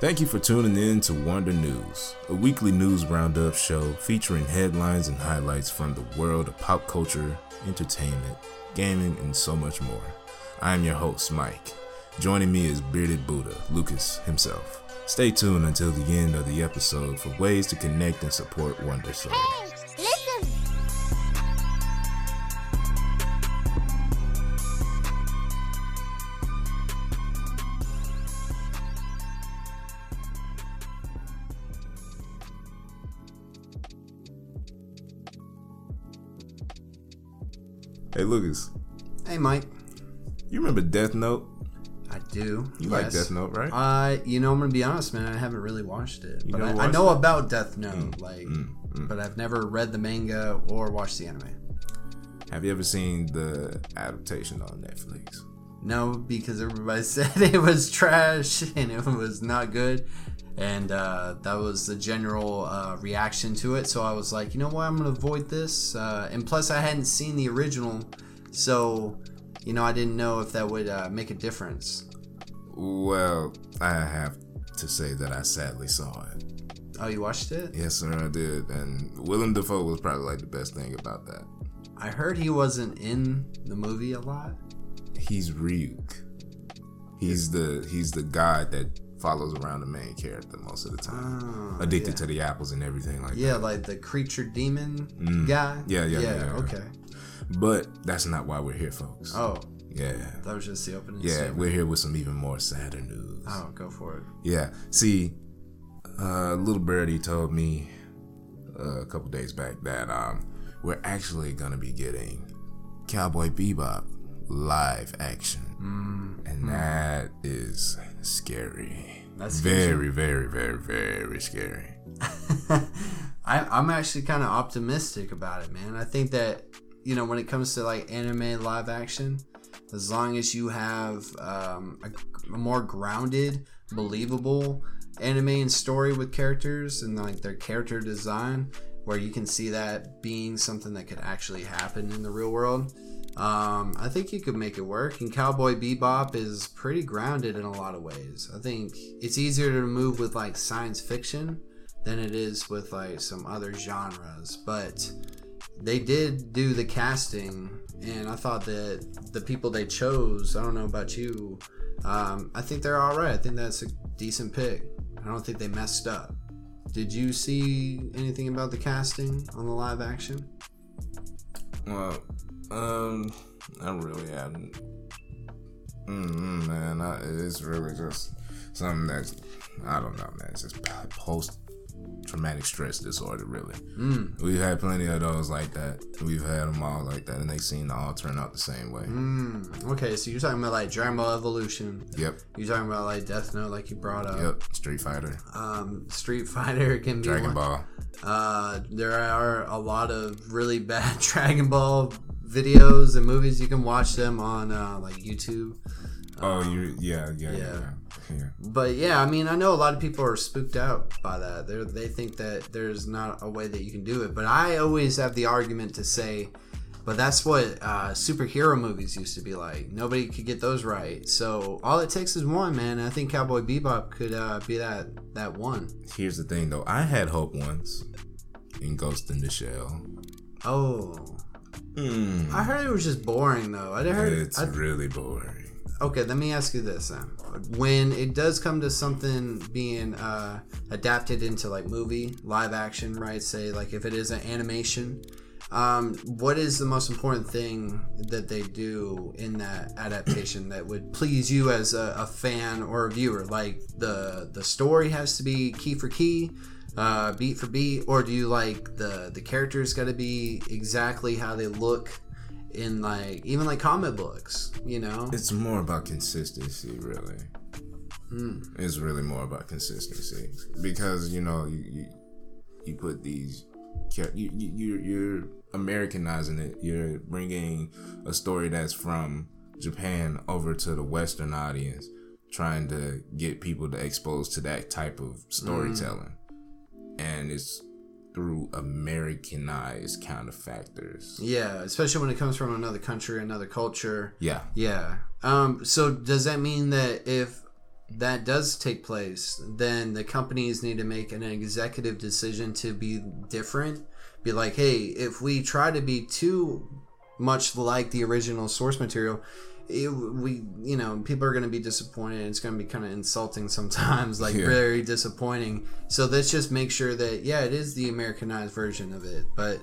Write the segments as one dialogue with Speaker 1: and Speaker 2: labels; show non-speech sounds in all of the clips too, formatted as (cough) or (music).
Speaker 1: Thank you for tuning in to Wonder News, a weekly news roundup show featuring headlines and highlights from the world of pop culture, entertainment, gaming, and so much more. I am your host, Mike. Joining me is Bearded Buddha, Lucas himself. Stay tuned until the end of the episode for ways to connect and support Wonder Soul.
Speaker 2: Hey, listen.
Speaker 1: Hey, Lucas,
Speaker 3: Hey, Mike.
Speaker 1: you remember Death Note?
Speaker 3: I do.
Speaker 1: You like Death Note, right?
Speaker 3: I, you know, I'm gonna be honest, man. I haven't really watched it, but I,
Speaker 1: never
Speaker 3: I
Speaker 1: watched
Speaker 3: know
Speaker 1: it? Mm.
Speaker 3: about Death Note, like, but I've never read the manga or watched the anime.
Speaker 1: Have you ever seen the adaptation on Netflix?
Speaker 3: No, because everybody (laughs) said it was trash and it was not good, and uh, that was the general uh, reaction to it. So I was like, you know what, I'm gonna avoid this. Uh, and plus, I hadn't seen the original, so you know, I didn't know if that would uh, make a difference.
Speaker 1: Well, I have to say that I sadly saw it.
Speaker 3: Oh, you watched it?
Speaker 1: Yes, sir, I did. And Willem Dafoe was probably like the best thing about that.
Speaker 3: I heard he wasn't in the movie a lot.
Speaker 1: He's Ryuk. He's the he's the guy that follows around the main character most of the time,
Speaker 3: Ah,
Speaker 1: addicted
Speaker 3: yeah.
Speaker 1: to the apples and everything like
Speaker 3: Yeah, like the creature demon
Speaker 1: Mm.
Speaker 3: guy.
Speaker 1: Yeah, yeah, yeah, yeah.
Speaker 3: Okay.
Speaker 1: that. But that's not why we're here, folks.
Speaker 3: Oh,
Speaker 1: Yeah,
Speaker 3: that was just the opening.
Speaker 1: yeah,
Speaker 3: statement.
Speaker 1: we're here with some even more sadder news.
Speaker 3: Oh, go for it.
Speaker 1: Yeah. See, uh, little birdie told me uh, a couple days back that um, we're actually gonna be getting Cowboy Bebop live action,
Speaker 3: Mm.
Speaker 1: and that is scary.
Speaker 3: That's
Speaker 1: very, very, very, very scary.
Speaker 3: (laughs) I, I'm actually kind of optimistic about it, man. I think that you know when it comes to like anime live action, as long as you have um, a, a more grounded, believable anime and story with characters and like their character design, where you can see that being something that could actually happen in the real world. Um, I think you could make it work. And Cowboy Bebop is pretty grounded in a lot of ways. I think it's easier to move with like science fiction than it is with like some other genres. But they did do the casting, and I thought that the people they chose, I don't know about you, um, I think they're all right. I think that's a decent pick. I don't think they messed up. Did you see anything about the casting on the live action?
Speaker 1: Well, um, I really haven't. Mm-mm, man, I, it's really just something that's I don't know, man. It's just post traumatic stress disorder, really.
Speaker 3: Mm.
Speaker 1: We've had plenty of those like that. We've had them all like that, and they seem to all turn out the same way.
Speaker 3: Mm. Okay, so you're talking about like Drama Evolution.
Speaker 1: Yep,
Speaker 3: You're talking about like Death Note, like you brought up.
Speaker 1: yep. Street Fighter,
Speaker 3: Um, Street Fighter can be
Speaker 1: Dragon
Speaker 3: one.
Speaker 1: Ball.
Speaker 3: Uh, there are a lot of really bad (laughs) Dragon Ball videos and movies. You can watch them on uh, like YouTube.
Speaker 1: Oh, you, yeah, yeah, yeah, yeah.
Speaker 3: Uh, yeah. But yeah, I mean, I know a lot of people are spooked out by that. They they think that there's not a way that you can do it. But I always have the argument to say, but that's what uh, superhero movies used to be like. Nobody could get those right. So all it takes is one man. I think Cowboy Bebop could uh, be that that one.
Speaker 1: Here's the thing, though. I had hope once in Ghost in the Shell.
Speaker 3: Oh,
Speaker 1: Mm,
Speaker 3: I heard it was just boring though. I heard
Speaker 1: it's
Speaker 3: I
Speaker 1: really boring.
Speaker 3: okay let me ask you this then when it does come to something being uh, adapted into like movie live action right say like if it is an animation um, what is the most important thing that they do in that adaptation that would please you as a, a fan or a viewer like the the story has to be key for key uh, beat for beat or do you like the the characters got to be exactly how they look in like even like comic books you know
Speaker 1: It's more about consistency, really.
Speaker 3: Mm.
Speaker 1: It's really more about consistency because you know you you, you put these cha- you, you you're, you're Americanizing it. You're bringing a story that's from Japan over to the Western audience, trying to get people to expose to that type of storytelling, and it's through Americanized kind of factors.
Speaker 3: Yeah, especially when it comes from another country, another culture.
Speaker 1: Yeah.
Speaker 3: Yeah. Um. So does that mean that if that does take place, then the companies need to make an executive decision to be different. Be like, hey, if we try to be too much like the original source material, it, we you know people are going to be disappointed and it's going to be kind of insulting sometimes like
Speaker 1: Yeah.
Speaker 3: very disappointing so let's just make sure that yeah it is the americanized version of it but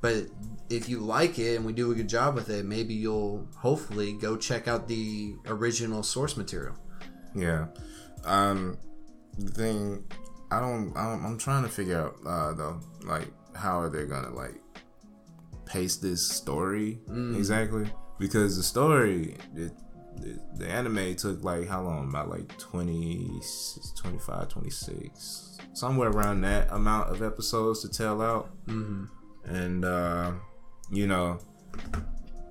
Speaker 3: but if you like it and we do a good job with it maybe you'll hopefully go check out the original source material
Speaker 1: Yeah. Um, the thing I don't, I don't I'm trying to figure out uh, though, like how are they gonna like pace this story exactly? Because the story, it, it, the anime took like how long? About like 20, 25, 26, somewhere around that amount of episodes to tell out. Mm-hmm. And uh, you know,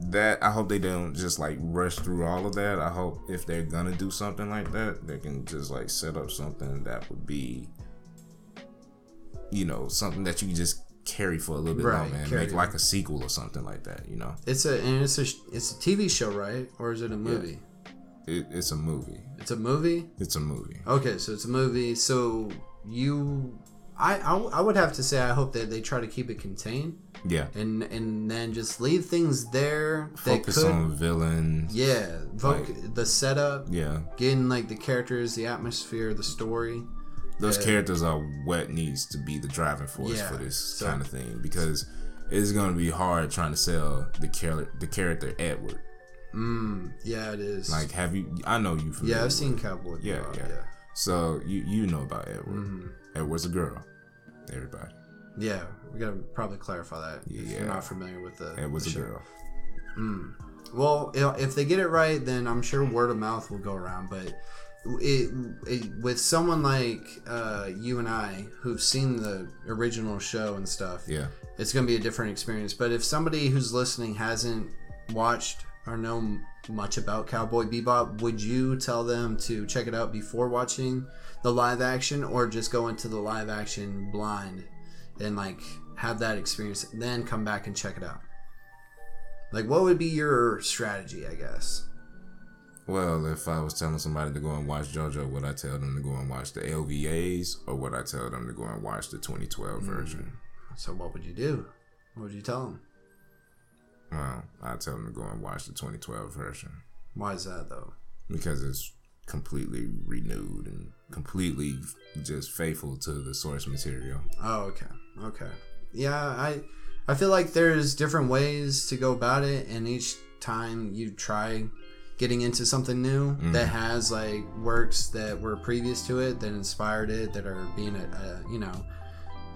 Speaker 1: that I hope they don't just like rush through all of that. I hope if they're gonna do something like that, they can just like set up something that would be, you know, something that you can just carry for a little bit
Speaker 3: Right,
Speaker 1: longer and
Speaker 3: carry
Speaker 1: make
Speaker 3: it.
Speaker 1: like a sequel or something like that. You know,
Speaker 3: it's a and it's a it's a tv show right or is it a movie
Speaker 1: it, it's a movie.
Speaker 3: it's a movie
Speaker 1: It's a movie.
Speaker 3: Okay, so it's a movie. So you, I, I, w- I would have to say I hope that they try to keep it contained
Speaker 1: Yeah,
Speaker 3: and and then just leave things there that
Speaker 1: focus
Speaker 3: could,
Speaker 1: on villains.
Speaker 3: yeah, voc- the setup,
Speaker 1: Yeah,
Speaker 3: getting like the characters, the atmosphere, the story.
Speaker 1: those characters are what needs to be the driving force
Speaker 3: Yeah,
Speaker 1: for this
Speaker 3: so-
Speaker 1: kind of thing because it's gonna be hard trying to sell the character the character Edward.
Speaker 3: Mm, yeah, it is.
Speaker 1: Like, have you? I know you. Familiar
Speaker 3: yeah, I've
Speaker 1: with
Speaker 3: seen Cowboy.
Speaker 1: Yeah,
Speaker 3: Bebop,
Speaker 1: yeah. So you you know about Edward.
Speaker 3: Mm-hmm.
Speaker 1: Edward's a girl. Everybody.
Speaker 3: yeah, yeah. We gotta probably clarify that if
Speaker 1: Yeah.
Speaker 3: you're not familiar with the
Speaker 1: Edward's
Speaker 3: the
Speaker 1: a
Speaker 3: show.
Speaker 1: girl.
Speaker 3: Well, i- if they get it right, then I'm sure word of mouth will go around. But it, it with someone like uh, you and I who've seen the original show and stuff,
Speaker 1: Yeah.
Speaker 3: it's going to be a different experience. But if somebody who's listening hasn't watched or know much about Cowboy Bebop, would you tell them to check it out before watching the live action, or just go into the live action blind and like have that experience, then come back and check it out? Like, what would be your strategy? I guess.
Speaker 1: Well, if I was telling somebody to go and watch JoJo, would I tell them to go and watch the LVAs or would I tell them to go and watch the 2012
Speaker 3: Mm.
Speaker 1: version?
Speaker 3: So, what would you do? What would you tell them?
Speaker 1: Well, I tell them to go and watch the 2012 version
Speaker 3: Why is that though?
Speaker 1: because it's completely renewed and completely just faithful to the source material.
Speaker 3: Oh, okay. Okay. Yeah, I I feel like there's different ways to go about it and each time you try getting into something new that has like works that were previous to it that inspired it that are being a, a you know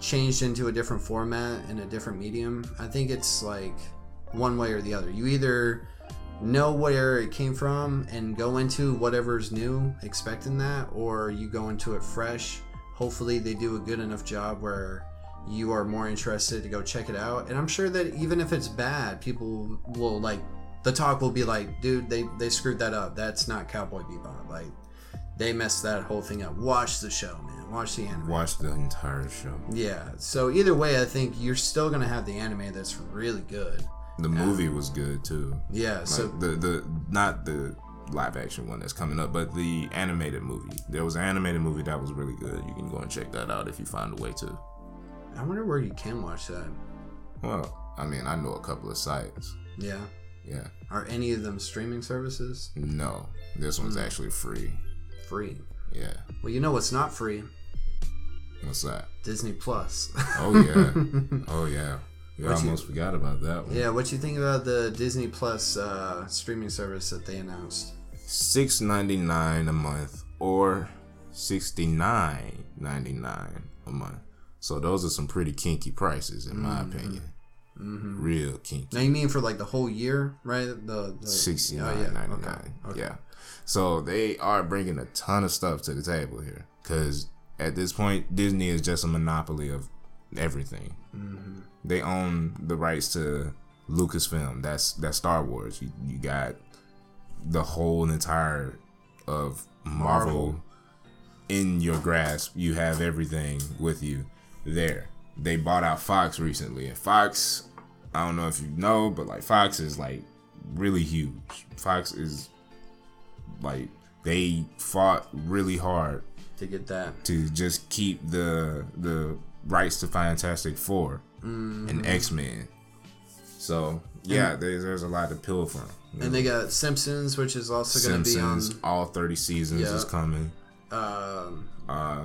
Speaker 3: changed into a different format and a different medium. I think it's like one way or the other. You either know where it came from and go into whatever's new expecting that or you go into it fresh hopefully they do a good enough job where you are more interested to go check it out and i'm sure that even if it's bad people will like the talk will be like dude they they screwed that up that's not cowboy bebop like they messed that whole thing up watch the show man watch the anime
Speaker 1: Watch the entire show.
Speaker 3: yeah so either way i think you're still gonna have the anime that's really good
Speaker 1: The movie was good too.
Speaker 3: yeah so
Speaker 1: Like, the the not the live action one that's coming up, but the animated movie. There was an animated movie that was really good. You can go and check that out if you find a way to.
Speaker 3: i wonder where you can watch that
Speaker 1: Well, I mean, I know a couple of sites.
Speaker 3: yeah
Speaker 1: Yeah.
Speaker 3: Are any of them streaming services
Speaker 1: No, this
Speaker 3: Hmm.
Speaker 1: one's actually free.
Speaker 3: free?
Speaker 1: Yeah.
Speaker 3: Well, you know what's not free?
Speaker 1: What's that?
Speaker 3: Disney Plus. (laughs)
Speaker 1: Oh yeah. oh yeah. We
Speaker 3: What you-
Speaker 1: almost forgot about that one.
Speaker 3: yeah, what you think about the Disney Plus uh, streaming service that they announced?
Speaker 1: Six ninety nine a month or sixty nine ninety nine a month. So those are some pretty kinky prices, in my opinion. Real kinky.
Speaker 3: Now you mean for like the whole year, right? The, the
Speaker 1: Sixty nine
Speaker 3: Oh, yeah.
Speaker 1: ninety nine. Yeah. So they are bringing a ton of stuff to the table here because at this point Disney is just a monopoly of everything. They own the rights to Lucasfilm. That's that's Star Wars. You, you got the whole entire of Marvel in your grasp. You have everything with you there. They bought out Fox recently, and Fox I don't know if you know, but like Fox is like really huge. Fox is like they fought really hard
Speaker 3: to get that.
Speaker 1: to just keep the the rights to Fantastic 4 and X Men. So yeah, there's, there's a lot to peel from.
Speaker 3: And they got Simpsons, which is also going to be on.
Speaker 1: Simpsons, all thirty seasons
Speaker 3: Yeah.
Speaker 1: is coming.
Speaker 3: Um,
Speaker 1: Uh,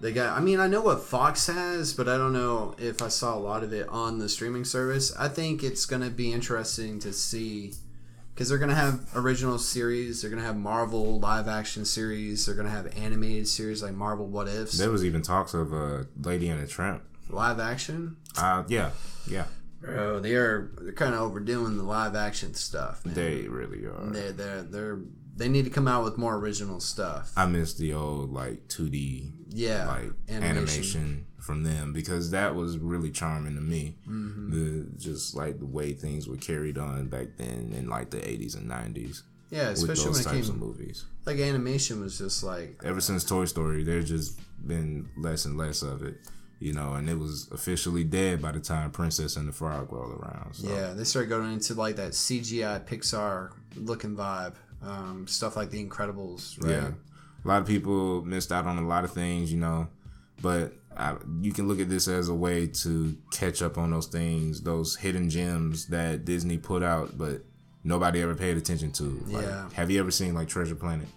Speaker 3: they got. I mean, I know what Fox has, but I don't know if I saw a lot of it on the streaming service. I think it's going to be interesting to see because they're going to have original series. They're going to have Marvel live action series. They're going to have animated series like Marvel What Ifs.
Speaker 1: there was even talks of a Lady and a Tramp.
Speaker 3: Live action.
Speaker 1: Uh, yeah, yeah,
Speaker 3: Bro, they are they're kind of overdoing the live action stuff. Man.
Speaker 1: they really are.
Speaker 3: They they they're they need to come out with more original stuff.
Speaker 1: I miss the old like 2D
Speaker 3: yeah,
Speaker 1: like animation. from them because that was really charming to me.
Speaker 3: Mm-hmm.
Speaker 1: The just like the way things were carried on back then in like the 80s and 90s
Speaker 3: Yeah,
Speaker 1: with
Speaker 3: especially when
Speaker 1: those
Speaker 3: it
Speaker 1: types of
Speaker 3: came
Speaker 1: movies.
Speaker 3: like animation was just like
Speaker 1: Ever since Toy Story, there's just been less and less of it. You know, and it was officially dead by the time Princess and the Frog rolled around. So.
Speaker 3: yeah, they started going into like that CGI Pixar looking vibe, um, stuff like The Incredibles, right?
Speaker 1: Yeah. A lot of people missed out on a lot of things, you know, but I, you can look at this as a way to catch up on those things, those hidden gems that Disney put out, but nobody ever paid attention to. Like,
Speaker 3: Yeah.
Speaker 1: Have you ever seen like Treasure Planet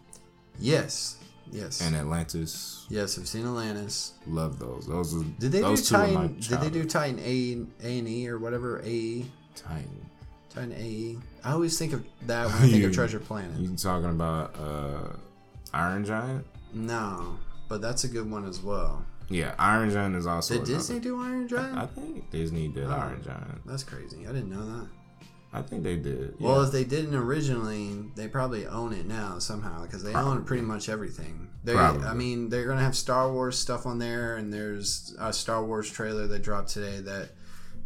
Speaker 3: Yes, yes,
Speaker 1: and Atlantis?
Speaker 3: yes. I've seen Atlantis.
Speaker 1: Love those. Those are,
Speaker 3: Did they
Speaker 1: those
Speaker 3: do
Speaker 1: two are my
Speaker 3: Titan? Did they do
Speaker 1: childhood.
Speaker 3: Titan A A and E or whatever AE?
Speaker 1: Titan?
Speaker 3: Titan AE. I always think of
Speaker 1: (laughs)
Speaker 3: that when I think
Speaker 1: You-
Speaker 3: of Treasure Planet.
Speaker 1: You talking about uh, Iron Giant?
Speaker 3: No, but that's a good one as well.
Speaker 1: Yeah, Iron Giant is also.
Speaker 3: Did
Speaker 1: another-
Speaker 3: Disney do Oh. Iron Giant?
Speaker 1: I think Disney did Iron Giant.
Speaker 3: That's crazy. I didn't know that.
Speaker 1: I think they did.
Speaker 3: Well, if they didn't originally, they probably own it now somehow because they own pretty much everything. They, I
Speaker 1: Probably.
Speaker 3: mean, they're gonna have Star Wars stuff on there, and there's a Star Wars trailer that dropped today that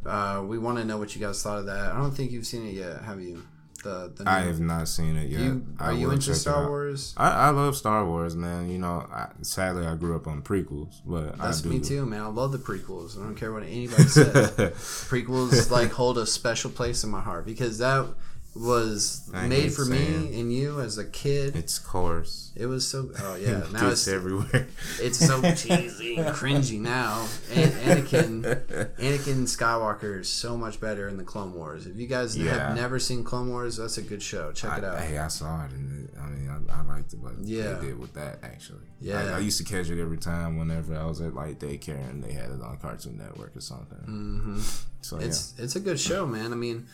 Speaker 3: uh, we want to know what you guys thought of that. I don't think you've seen it yet, have you? The the new,
Speaker 1: I have not seen it yet.
Speaker 3: you,
Speaker 1: I
Speaker 3: are you
Speaker 1: will
Speaker 3: into
Speaker 1: check it
Speaker 3: Star
Speaker 1: out.
Speaker 3: Wars?
Speaker 1: I, I love Star Wars, man. You know, I, sadly, I grew up on prequels, but I
Speaker 3: That's
Speaker 1: do. (laughs)
Speaker 3: me too, man. I love the prequels. I don't care what anybody says.
Speaker 1: (laughs)
Speaker 3: prequels like hold a special place in my heart because that was
Speaker 1: I
Speaker 3: made
Speaker 1: hate
Speaker 3: for
Speaker 1: saying-
Speaker 3: me and you as a kid.
Speaker 1: it's coarse.
Speaker 3: It was so oh
Speaker 1: (laughs)
Speaker 3: yeah. Now
Speaker 1: it's
Speaker 3: it's (laughs)
Speaker 1: everywhere. (laughs)
Speaker 3: it's so cheesy and cringy now. And Anakin Anakin Skywalker is so much better in the Clone Wars. If you guys
Speaker 1: Yeah.
Speaker 3: have never seen Clone Wars, that's a good show. Check it out.
Speaker 1: I, hey, I saw it, and it, I mean, I, I liked it, but
Speaker 3: Yeah.
Speaker 1: they did with that actually.
Speaker 3: Yeah.
Speaker 1: I, I used to catch it every time whenever I was at like daycare, and they had it on Cartoon Network or something. Mm-hmm. So
Speaker 3: Mm. it's it's a good show, man. I mean,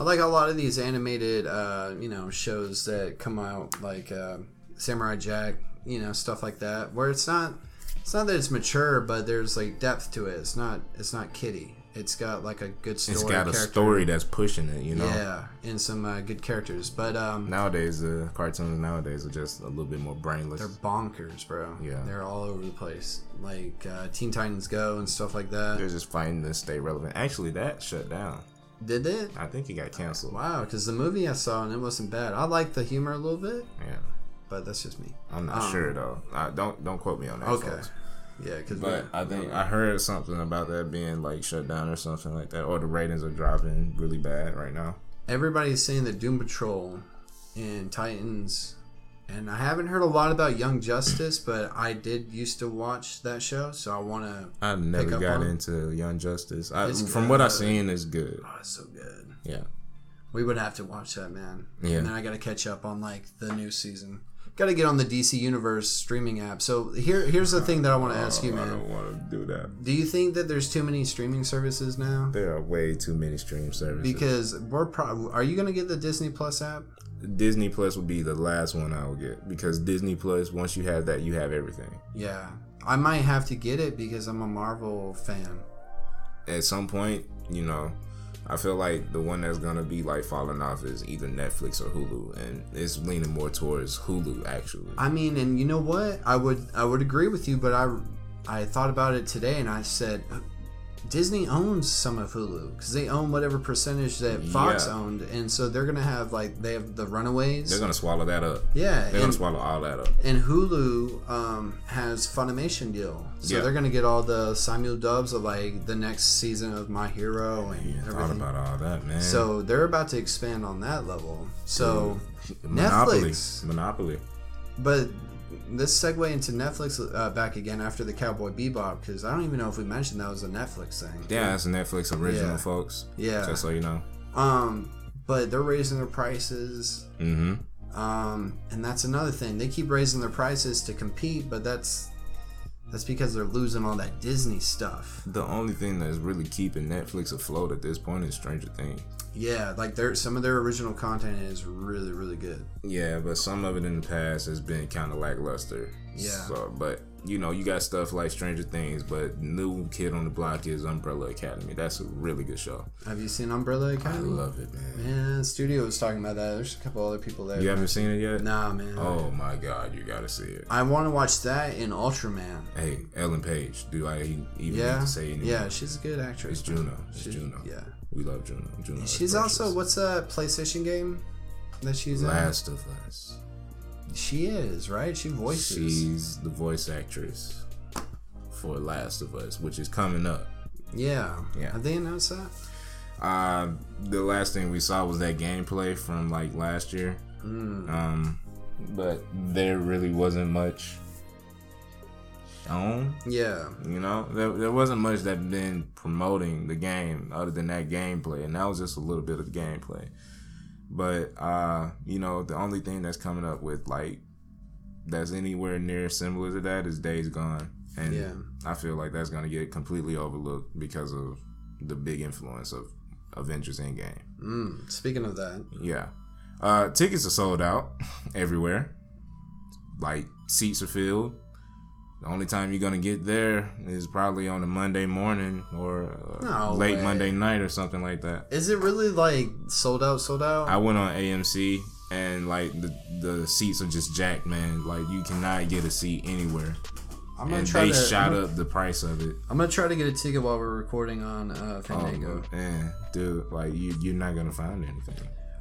Speaker 3: I like a lot of these animated, uh, you know, shows that come out like uh, Samurai Jack, you know, stuff like that, where it's not it's not that it's mature, but there's like depth to it. It's not it's not kiddie. It's got like a good
Speaker 1: yeah,
Speaker 3: story.
Speaker 1: it's got a
Speaker 3: character.
Speaker 1: story that's pushing it. You know,
Speaker 3: Yeah, and some uh, good characters, but um,
Speaker 1: nowadays the cartoons nowadays are just a little bit more brainless.
Speaker 3: they're bonkers, bro.
Speaker 1: Yeah.
Speaker 3: they're all over the place, like uh, Teen Titans Go and stuff like that.
Speaker 1: They're just fighting to stay relevant. Actually, that shut down.
Speaker 3: Did it?
Speaker 1: I think it got canceled.
Speaker 3: Wow, because the movie I saw and it wasn't bad. I like the humor a little bit,
Speaker 1: Yeah,
Speaker 3: but that's just me.
Speaker 1: I'm not
Speaker 3: Um,
Speaker 1: sure though. I, don't don't quote me on that.
Speaker 3: Okay.
Speaker 1: folks.
Speaker 3: Yeah, because
Speaker 1: But I think I heard something about that being like shut down or something like that, or the ratings are dropping really bad right now.
Speaker 3: everybody's saying that Doom Patrol and Titans, and I haven't heard a lot about Young Justice, but I did used to watch that show, so I want to.
Speaker 1: I never
Speaker 3: up
Speaker 1: got
Speaker 3: on it.
Speaker 1: into Young Justice. I,
Speaker 3: It's
Speaker 1: from
Speaker 3: good.
Speaker 1: what I've seen, it's good.
Speaker 3: Oh, it's so good.
Speaker 1: Yeah,
Speaker 3: We would have to watch that, man.
Speaker 1: Yeah.
Speaker 3: And then I got to catch up on like the new season. Got to get on the DC Universe streaming app. So here, here's the thing that I want to ask you,
Speaker 1: Oh, I
Speaker 3: man.
Speaker 1: don't want to do that.
Speaker 3: Do you think that there's too many streaming services now?
Speaker 1: There are way too many stream services.
Speaker 3: Because we're pro- are you gonna get the Disney Plus app?
Speaker 1: Disney Plus would be the last one I would get because Disney Plus, once you have that, you have everything.
Speaker 3: Yeah, I might have to get it because I'm a Marvel fan.
Speaker 1: at some point, you know, I feel like the one that's gonna be like falling off is either Netflix or Hulu, and it's leaning more towards Hulu actually.
Speaker 3: I mean, and you know what? I would I would agree with you, but I I thought about it today and I said Disney owns some of Hulu because they own whatever percentage that Fox
Speaker 1: Yeah.
Speaker 3: owned, and so they're gonna have like they have the
Speaker 1: They're
Speaker 3: Runaways.
Speaker 1: gonna swallow that up.
Speaker 3: yeah,
Speaker 1: They're gonna
Speaker 3: and,
Speaker 1: swallow all that up.
Speaker 3: and Hulu um, has Funimation deal, so
Speaker 1: Yeah.
Speaker 3: they're gonna get all the Samuel dubs of like the next season of My Hero and
Speaker 1: Yeah, thought
Speaker 3: everything.
Speaker 1: about all that, man.
Speaker 3: So they're about to expand on that level. So
Speaker 1: Monopoly,
Speaker 3: Netflix.
Speaker 1: Monopoly.
Speaker 3: but this segue into Netflix uh, back again after the Cowboy Bebop because I don't even know if we mentioned that was a Netflix thing.
Speaker 1: Yeah, that's a Netflix original,
Speaker 3: Yeah.
Speaker 1: folks.
Speaker 3: Yeah.
Speaker 1: Just so you know.
Speaker 3: Um, but they're raising their prices.
Speaker 1: Mm-hmm.
Speaker 3: Um, and that's another thing. They keep raising their prices to compete, but that's that's because they're losing all that Disney stuff.
Speaker 1: The only thing that's really keeping Netflix afloat at this point is Stranger Things.
Speaker 3: Yeah, like their some of their original content is really really good.
Speaker 1: Yeah, but some of it in the past has been kind of lackluster.
Speaker 3: Yeah.
Speaker 1: So, but you know, you got stuff like Stranger Things, but new kid on the block is Umbrella Academy. That's a really good show.
Speaker 3: Have you seen
Speaker 1: I
Speaker 3: Umbrella Academy?
Speaker 1: love it, man.
Speaker 3: Yeah, studio was talking about that. There's a couple other people there.
Speaker 1: You haven't seen it yet?
Speaker 3: Nah, man.
Speaker 1: Oh my God, you gotta see it.
Speaker 3: I want to watch that in Ultraman.
Speaker 1: Hey, Ellen Page. Do I e-, even need
Speaker 3: Yeah.
Speaker 1: to say anything?
Speaker 3: Yeah, she's a good actress.
Speaker 1: It's Juno. It's
Speaker 3: She's-
Speaker 1: Juno.
Speaker 3: Yeah.
Speaker 1: We love Juno. Juno. is
Speaker 3: She's also
Speaker 1: precious.
Speaker 3: what's that PlayStation game that she's
Speaker 1: Last of Us.
Speaker 3: in? She is right. She voices.
Speaker 1: She's the voice actress for Last of Us, which is coming up.
Speaker 3: Yeah.
Speaker 1: Yeah.
Speaker 3: Have they announced that?
Speaker 1: Uh, the last thing we saw was that gameplay from like last year. Um, but there really wasn't much shown.
Speaker 3: Yeah.
Speaker 1: You know, there, there wasn't much that been promoting the game other than that gameplay, and that was just a little bit of gameplay. But uh, you know, the only thing that's coming up with like that's anywhere near similar to that is Days Gone, and
Speaker 3: Yeah.
Speaker 1: I feel like that's gonna get completely overlooked because of the big influence of Avengers Endgame.
Speaker 3: Mm. Speaking of that,
Speaker 1: Yeah, uh, tickets are sold out (laughs) everywhere. Like seats are filled. The only time you're gonna get there is probably on a Monday morning or uh,
Speaker 3: No
Speaker 1: late
Speaker 3: way.
Speaker 1: Monday night or something like that.
Speaker 3: is it really like sold out? Sold out?
Speaker 1: I went on AMC and like the the seats are just jacked, man. Like you cannot get a seat anywhere,
Speaker 3: I'm
Speaker 1: and they shot up the price of it. Um,
Speaker 3: I'm gonna try to get a ticket while we're recording on
Speaker 1: Oh,
Speaker 3: uh, Fandango.
Speaker 1: man, dude, like you you're not gonna find anything.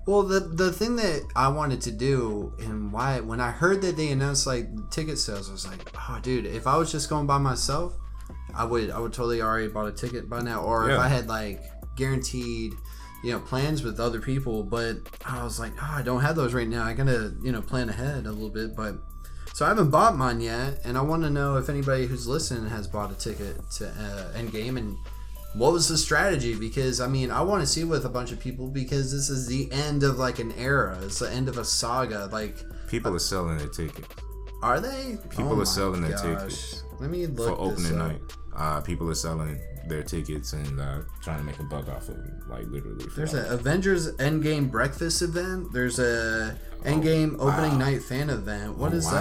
Speaker 3: Well, the the thing that I wanted to do and why when I heard that they announced like ticket sales, I was like, oh, dude, if I was just going by myself, I would I would totally already bought a ticket by now, or if
Speaker 1: Yeah.
Speaker 3: I had like guaranteed. You know plans with other people, but I was like, oh, I don't have those right now. I gotta you know plan ahead a little bit, but so I haven't bought mine yet, and I want to know if anybody who's listening has bought a ticket to uh, Endgame and what was the strategy? Because I mean, I want to see with a bunch of people because this is the end of like an era. It's the end of a saga. Like,
Speaker 1: People are selling their tickets
Speaker 3: are they? Oh
Speaker 1: People
Speaker 3: my
Speaker 1: are selling their tickets
Speaker 3: Let me
Speaker 1: for
Speaker 3: look this
Speaker 1: opening
Speaker 3: up.
Speaker 1: night. Uh, people are selling their tickets and uh, trying to make a buck off of it, like literally. for
Speaker 3: There's
Speaker 1: that.
Speaker 3: an Avengers Endgame breakfast event. There's a Endgame opening night fan event. What is
Speaker 1: wow.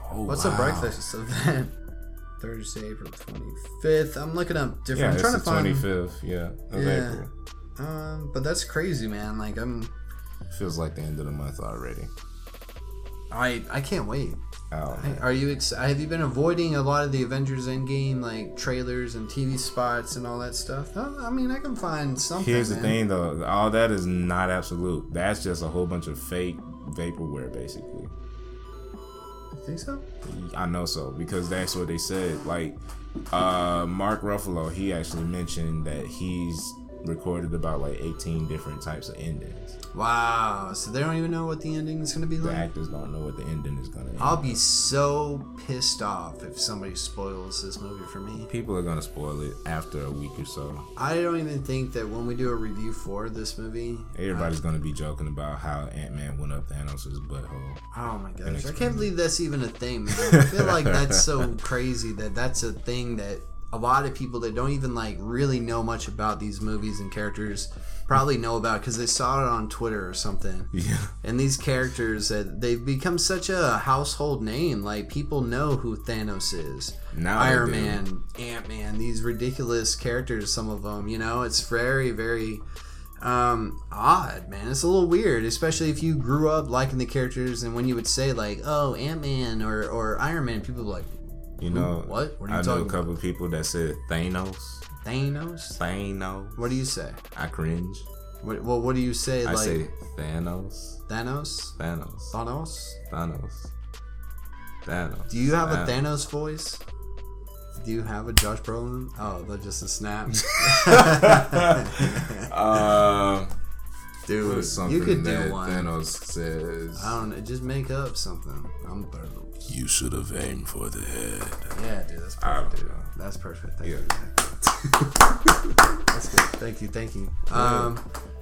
Speaker 3: that?
Speaker 1: Oh,
Speaker 3: What's
Speaker 1: wow.
Speaker 3: a breakfast event? (laughs) Thursday, April twenty fifth. I'm looking up
Speaker 1: yeah,
Speaker 3: different. I'm
Speaker 1: it's
Speaker 3: trying
Speaker 1: the
Speaker 3: to find.
Speaker 1: twenty fifth. Yeah, of
Speaker 3: Yeah.
Speaker 1: April.
Speaker 3: Um, but that's crazy, man. Like I'm,
Speaker 1: Feels like the end of the month already.
Speaker 3: I I can't wait.
Speaker 1: Oh,
Speaker 3: Hey, Are you ex- have you been avoiding a lot of the Avengers Endgame like trailers and TV spots and all that stuff? Uh, I, I mean, I can find something.
Speaker 1: Here's the
Speaker 3: man.
Speaker 1: thing, though. All that is not absolute. That's just a whole bunch of fake vaporware, basically.
Speaker 3: You think so?
Speaker 1: I know so because that's what they said. Like, uh, Mark Ruffalo, he actually mentioned that he's recorded about like 18 different types of endings.
Speaker 3: Wow. So they don't even know what the ending is gonna be
Speaker 1: The
Speaker 3: like.
Speaker 1: actors don't know what the ending is gonna. End.
Speaker 3: I'll be so pissed off if somebody spoils this movie for me.
Speaker 1: People are gonna spoil it after a week or so.
Speaker 3: I don't even think that when we do a review for this movie.
Speaker 1: Everybody's gonna be joking about how Ant Man went up Thanos' butthole. (laughs)
Speaker 3: Oh my gosh! I can't believe that's even a thing, man. I feel like that's so crazy that that's a thing that a lot of people that don't even like really know much about these movies and characters probably know about because they saw it on Twitter or something.
Speaker 1: Yeah.
Speaker 3: And these characters that they've become such a household name, like people know who Thanos is,
Speaker 1: Now they
Speaker 3: Iron
Speaker 1: do.
Speaker 3: Man, Ant Man, these ridiculous characters. Some of them, you know, it's very, very um odd man it's a little weird especially if you grew up liking the characters and when you would say like oh ant-man or or iron man people were like
Speaker 1: You know
Speaker 3: what? What are
Speaker 1: I
Speaker 3: you
Speaker 1: know
Speaker 3: talking
Speaker 1: a couple people that said Thanos.
Speaker 3: thanos
Speaker 1: Thanos.
Speaker 3: what do you say
Speaker 1: I cringe.
Speaker 3: what, well what do you say
Speaker 1: I
Speaker 3: like
Speaker 1: say Thanos.
Speaker 3: thanos
Speaker 1: Thanos.
Speaker 3: thanos
Speaker 1: Thanos. Thanos.
Speaker 3: do you have a
Speaker 1: Thanos?
Speaker 3: thanos voice do you have a josh brolin
Speaker 1: (laughs)
Speaker 3: (laughs) oh that's just a snap
Speaker 1: Um, What
Speaker 3: Dude,
Speaker 1: is something
Speaker 3: you could do
Speaker 1: that
Speaker 3: one.
Speaker 1: Thanos says?
Speaker 3: I don't know. Just make up something. I'm brutal.
Speaker 2: You should have aimed for the head.
Speaker 3: Yeah, dude. That's
Speaker 1: I don't
Speaker 3: perfect. dude.
Speaker 1: know.
Speaker 3: That's perfect. Thank
Speaker 1: Yeah.
Speaker 3: you.
Speaker 1: (laughs)
Speaker 3: That's good. Thank you. Thank you. Um,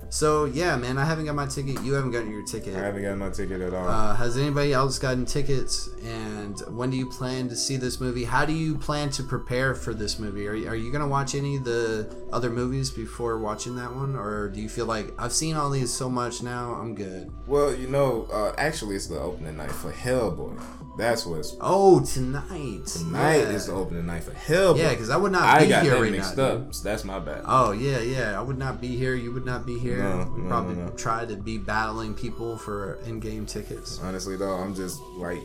Speaker 3: so yeah, man, I haven't got my ticket. You haven't gotten your
Speaker 1: I
Speaker 3: ticket.
Speaker 1: haven't gotten my ticket at all.
Speaker 3: Uh, has anybody else gotten tickets? And when do you plan to see this movie? How do you plan to prepare for this movie? Are you, are you gonna watch any of the other movies before watching that one, or do you feel like I've seen all these so much now, I'm good?
Speaker 1: well, you know, uh, actually, it's the opening night for Hellboy. That's what's
Speaker 3: Oh, tonight.
Speaker 1: tonight
Speaker 3: yeah.
Speaker 1: is the opening night for Hellboy.
Speaker 3: Yeah, because I would not
Speaker 1: I
Speaker 3: be
Speaker 1: got
Speaker 3: here
Speaker 1: that
Speaker 3: right
Speaker 1: mixed
Speaker 3: now. dude.
Speaker 1: up. So that's my bad.
Speaker 3: Oh yeah, yeah. I would not be here. You would not be
Speaker 1: No,
Speaker 3: here. We'd
Speaker 1: no,
Speaker 3: probably
Speaker 1: no, no.
Speaker 3: try to be battling people for in-game tickets.
Speaker 1: Honestly, though, I'm just like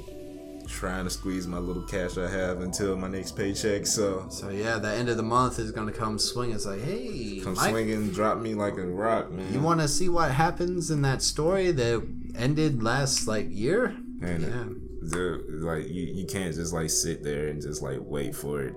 Speaker 1: trying to squeeze my little cash I have until my next paycheck. So
Speaker 3: So yeah, the end of the month is gonna come swing. It's like, hey,
Speaker 1: come
Speaker 3: Mike,
Speaker 1: swinging, drop me like a rock, man.
Speaker 3: you want to see what happens in that story that ended last like year?
Speaker 1: And
Speaker 3: yeah.
Speaker 1: dude, like you, you can't just like sit there and just like wait for it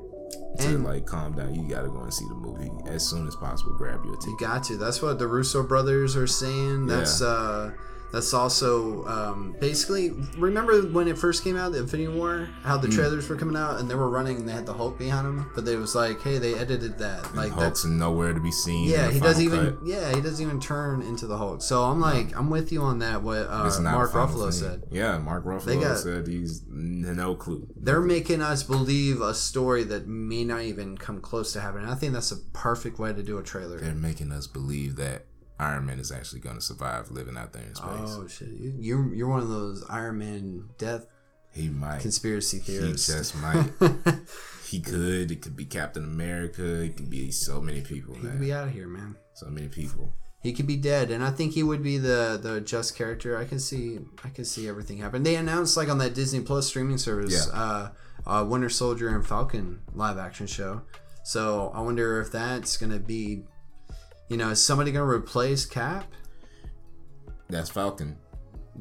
Speaker 1: to
Speaker 3: And-
Speaker 1: like calm down. You gotta go and see the movie as soon as possible. Grab your
Speaker 3: You
Speaker 1: ticket.
Speaker 3: got to. That's what the Russo brothers are saying. That's
Speaker 1: Yeah.
Speaker 3: uh that's also um, basically remember when it first came out, the Infinity War, how
Speaker 1: Mm.
Speaker 3: the trailers were coming out and they were running and they had the Hulk behind them, but they was like, hey, they edited that. like
Speaker 1: Hulk's
Speaker 3: that's
Speaker 1: nowhere to be seen. in
Speaker 3: yeah,
Speaker 1: the
Speaker 3: he doesn't
Speaker 1: final
Speaker 3: even
Speaker 1: cut.
Speaker 3: yeah he doesn't even turn into the Hulk. So I'm like I'm with you on that. What uh,
Speaker 1: It's not
Speaker 3: Mark
Speaker 1: final
Speaker 3: Ruffalo
Speaker 1: thing.
Speaker 3: said.
Speaker 1: Yeah, Mark Ruffalo
Speaker 3: They got-
Speaker 1: said he's n- no clue.
Speaker 3: They're making us believe a story that may not even come close to happening. I think that's a perfect way to do a trailer.
Speaker 1: They're making us believe that Iron Man is actually gonna survive living out there in space.
Speaker 3: Oh shit! You you're, you're one of those Iron Man death
Speaker 1: he might.
Speaker 3: conspiracy
Speaker 1: He
Speaker 3: theorists. (laughs)
Speaker 1: just might. he could. It could be Captain America. It could be so many people,
Speaker 3: he
Speaker 1: man.
Speaker 3: could be out of here, man.
Speaker 1: so many people.
Speaker 3: He could be dead, and I think he would be the the just character. I can see I can see everything happen. They announced like on that Disney Plus streaming service, uh, uh, Winter Soldier and Falcon live action show. So I wonder if that's gonna be, you know, is somebody gonna replace Cap?
Speaker 1: That's Falcon.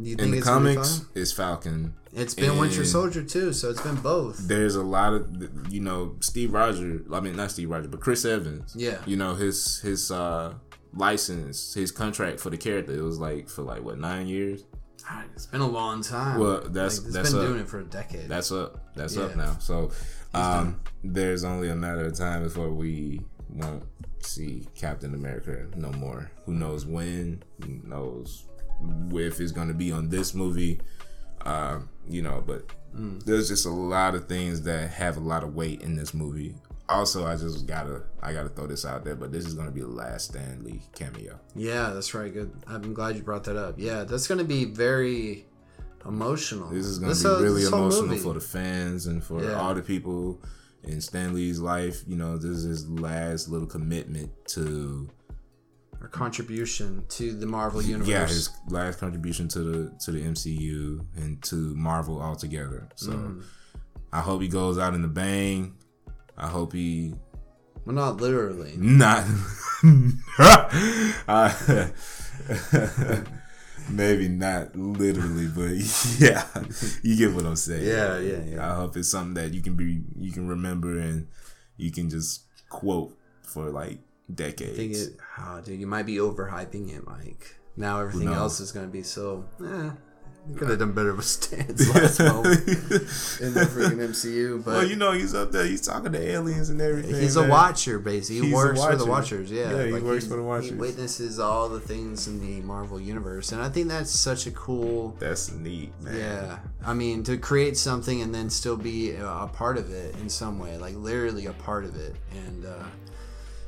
Speaker 3: Do you think
Speaker 1: In the
Speaker 3: it's gonna be
Speaker 1: comics,
Speaker 3: Falcon?
Speaker 1: it's Falcon.
Speaker 3: it's been Winter
Speaker 1: and-
Speaker 3: Soldier too, so it's been both.
Speaker 1: There's a lot of you know Steve Rogers. I mean, not Steve Rogers, but Chris Evans.
Speaker 3: Yeah.
Speaker 1: You know his his uh license, his contract for the character. It was like for like what nine years.
Speaker 3: God, It's been a long time.
Speaker 1: Well,
Speaker 3: Like,
Speaker 1: that's-
Speaker 3: it's
Speaker 1: that's
Speaker 3: been
Speaker 1: a-
Speaker 3: doing it for a decade.
Speaker 1: That's up. That's
Speaker 3: Yeah.
Speaker 1: up now. So, um, there's only a matter of time before we won't see Captain America no more. Who knows when? Who knows if it's going to be on this movie? Uh, you know, but there's just a lot of things that have a lot of weight in this movie. Also, I just gotta I gotta throw this out there, but this is gonna be the last Stan Lee cameo.
Speaker 3: Yeah, that's right. Good. I'm glad you brought that up. Yeah, that's going to be very emotional.
Speaker 1: This is gonna be
Speaker 3: whole-
Speaker 1: really
Speaker 3: whole
Speaker 1: emotional
Speaker 3: movie.
Speaker 1: for the fans and for
Speaker 3: Yeah.
Speaker 1: all the people in Stanley's life. You know, this is his last little commitment to
Speaker 3: Our contribution to the Marvel universe.
Speaker 1: yeah his last contribution to the to the MCU and to Marvel altogether. So
Speaker 3: Mm-hmm.
Speaker 1: I hope he goes out in the bang. I hope he
Speaker 3: well, not literally.
Speaker 1: not. (laughs) Uh, (laughs) maybe not literally, but (laughs) yeah, you get what I'm saying.
Speaker 3: Yeah, yeah, yeah.
Speaker 1: I hope it's something that you can be, you can remember, and you can just quote for like
Speaker 3: I think
Speaker 1: decades. (laughs)
Speaker 3: it, oh, dude, you might be overhyping it, Mike. Now everything
Speaker 1: knows?
Speaker 3: else is going to be so. Eh,
Speaker 1: (laughs)
Speaker 3: could have done better with Stan's last moment in the freaking MCU, but
Speaker 1: well, you know, he's up there. He's talking to aliens and everything.
Speaker 3: he's a
Speaker 1: man.
Speaker 3: watcher, basically. He
Speaker 1: He's a
Speaker 3: works for the
Speaker 1: watcher.
Speaker 3: Watchers. Yeah,
Speaker 1: Yeah, he works
Speaker 3: he's-
Speaker 1: for the Watchers.
Speaker 3: He witnesses all the things in the Marvel universe, and I think that's such a cool.
Speaker 1: That's neat, man.
Speaker 3: Yeah, I mean to create something and then still be a a part of it in some way, like literally a part of it, and uh,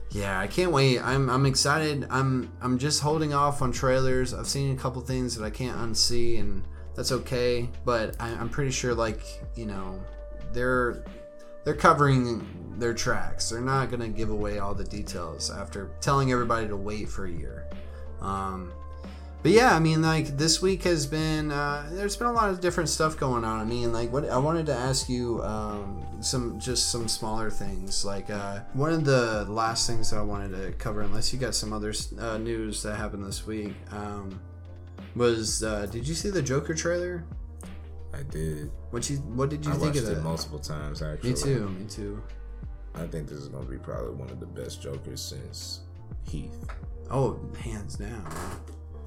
Speaker 3: yeah, I can't wait. I'm I'm excited. I'm I'm just holding off on trailers. I've seen a couple things that I can't unsee, and that's okay. But I, I'm pretty sure, like you know, they're they're covering their tracks. They're not gonna give away all the details after telling everybody to wait for a year. Um, but yeah, I mean, like this week has been uh, there's been a lot of different stuff going on. I mean, like what I wanted to ask you um, some just some smaller things. Like uh, one of the last things that I wanted to cover, unless you got some other uh, news that happened this week, um, was uh, did you see the Joker trailer?
Speaker 1: I did.
Speaker 3: What you what did you
Speaker 1: I
Speaker 3: think
Speaker 1: watched
Speaker 3: of
Speaker 1: it
Speaker 3: that?
Speaker 1: multiple times. Actually,
Speaker 3: me too, me too.
Speaker 1: I think this is gonna be probably one of the best Jokers since Heath.
Speaker 3: Oh, hands down.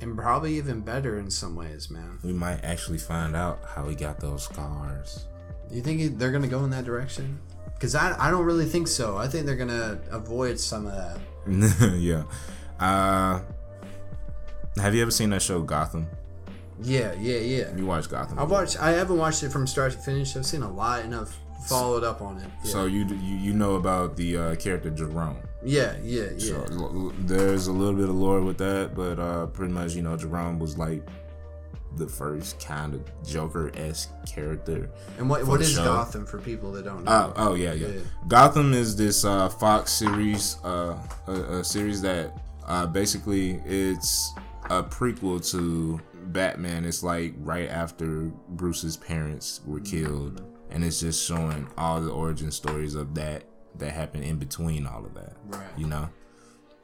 Speaker 3: and probably even better in some ways, man.
Speaker 1: We might actually find out how he got those scars.
Speaker 3: You think it- they're gonna go in that direction? Because I, I don't really think so. I think they're gonna avoid some of
Speaker 1: (laughs)
Speaker 3: that.
Speaker 1: yeah. Uh, have you ever seen that show Gotham?
Speaker 3: Yeah, yeah, yeah.
Speaker 1: You watched Gotham?
Speaker 3: I watched. I haven't watched it from start to finish. I've seen a lot and I've followed up on it. Yeah,
Speaker 1: So you you, you know about the uh, character Jerome.
Speaker 3: yeah, yeah. yeah.
Speaker 1: So l- l- there's a little bit of lore with that, but uh, pretty much you know Jerome was like the first kind of Joker esque character.
Speaker 3: and what what
Speaker 1: the
Speaker 3: is
Speaker 1: show.
Speaker 3: Gotham for people that don't know?
Speaker 1: Oh, oh yeah, yeah,
Speaker 3: Yeah.
Speaker 1: Gotham is this uh, Fox series, uh, a, a series that uh, basically it's a prequel to Batman. It's like right after Bruce's parents were killed, and it's just showing all the origin stories of that that happened in between all of that.
Speaker 3: Right.
Speaker 1: You know,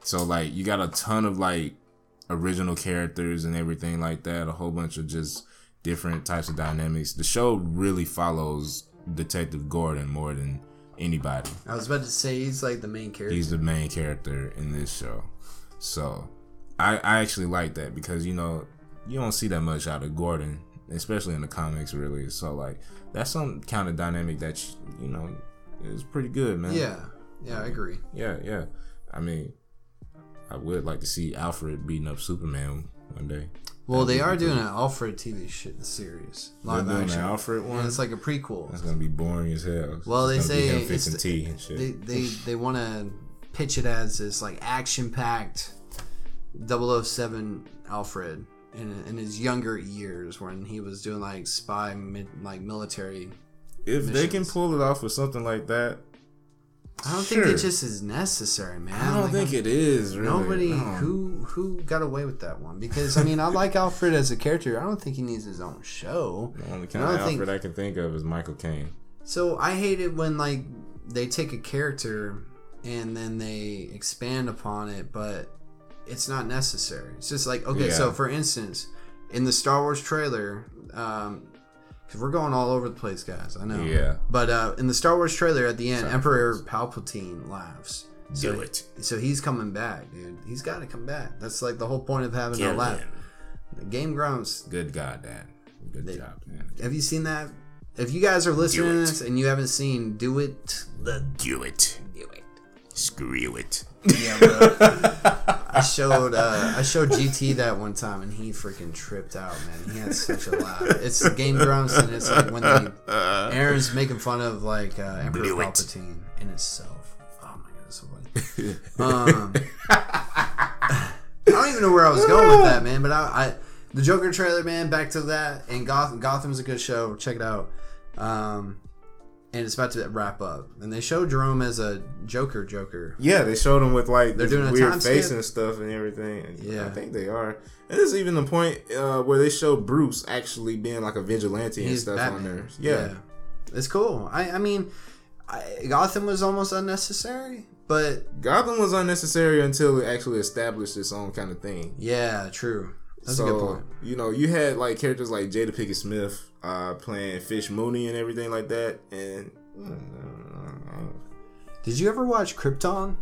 Speaker 1: so like you got a ton of like original characters and everything like that. A whole bunch of just different types of dynamics. The show really follows Detective Gordon more than anybody.
Speaker 3: I was about to say he's like the main character.
Speaker 1: oh. He's the main character in this show. So I, I actually like that because you know you don't see that much out of Gordon, especially in the comics, really. So like that's some kind of dynamic that you, you know is pretty good, man.
Speaker 3: yeah, yeah, I agree.
Speaker 1: yeah, yeah. I mean, I would like to see Alfred beating up Superman one day.
Speaker 3: Well, they are doing an Alfred TV shit series, live
Speaker 1: They're doing
Speaker 3: action.
Speaker 1: the Alfred
Speaker 3: And
Speaker 1: one.
Speaker 3: it's like a prequel.
Speaker 1: That's gonna be boring as hell.
Speaker 3: Well, they
Speaker 1: It's gonna be
Speaker 3: say
Speaker 1: him
Speaker 3: it's
Speaker 1: fixing
Speaker 3: the-
Speaker 1: tea and shit.
Speaker 3: They they they want to pitch it as this like action packed 007 Alfred in in his younger years when he was doing like spy mid, like military.
Speaker 1: if they can
Speaker 3: missions.
Speaker 1: pull it off with something like that,
Speaker 3: I don't think
Speaker 1: Sure.
Speaker 3: it just is necessary, man.
Speaker 1: I don't
Speaker 3: Like,
Speaker 1: think it is. Really.
Speaker 3: Nobody
Speaker 1: No.
Speaker 3: who who got away with that one because I mean I like Alfred as a character. I don't think he needs his
Speaker 1: (laughs)
Speaker 3: own show.
Speaker 1: The only
Speaker 3: I
Speaker 1: kind
Speaker 3: don't
Speaker 1: of Alfred
Speaker 3: think-
Speaker 1: I can think of is Michael Caine.
Speaker 3: So I hate it when like they take a character and then they expand upon it, but it's not necessary. It's just like okay, so
Speaker 1: Yeah.
Speaker 3: for instance, in the Star Wars trailer, um, because we're going all over the place, guys. I know.
Speaker 1: Yeah.
Speaker 3: But uh, in the Star Wars trailer at the end, Emperor Palpatine laughs. So,
Speaker 1: Do it.
Speaker 3: So he's coming back, dude. He's got to come back. That's like the whole point of having a laugh. The Game Grumps.
Speaker 1: Good God, Dad. Good job, man.
Speaker 3: Have you seen that? If you guys are listening to
Speaker 1: it.
Speaker 3: this and you haven't seen Do It,
Speaker 1: Do it.
Speaker 3: Do It.
Speaker 1: Screw it.
Speaker 3: Yeah, bro. I showed uh, I showed GT that one time, and he freaking tripped out, man. He had such a laugh. It's the Game Grumps, and it's like when they, Aaron's making fun of like uh, Emperor
Speaker 1: Blew it.
Speaker 3: Palpatine in itself. Oh my god, it's so
Speaker 1: (laughs)
Speaker 3: funny. Um, I don't even know where I was going with that, man. But I, I the Joker trailer, man. Back to that, and Gotham. Gotham's a good show. Check it out. Um, and it's about to wrap up, and they show Jerome as a Joker, Joker.
Speaker 1: Yeah, they showed him with like
Speaker 3: They're
Speaker 1: this
Speaker 3: doing a
Speaker 1: weird
Speaker 3: time
Speaker 1: face
Speaker 3: skip?
Speaker 1: and stuff and everything. And
Speaker 3: Yeah.
Speaker 1: I think they are. And there's even the point uh, where they show Bruce actually being like a vigilante and
Speaker 3: He's
Speaker 1: stuff on
Speaker 3: Batman.
Speaker 1: there. Yeah.
Speaker 3: It's cool. I, I mean, I, Gotham was almost unnecessary, but
Speaker 1: Gotham was unnecessary until it actually established its own kind of thing.
Speaker 3: yeah, true. That's
Speaker 1: so,
Speaker 3: a good point.
Speaker 1: You know, you had like characters like Jada Pickett Smith uh, playing Fish Mooney and everything like that, and mm,
Speaker 3: Did you ever watch Krypton?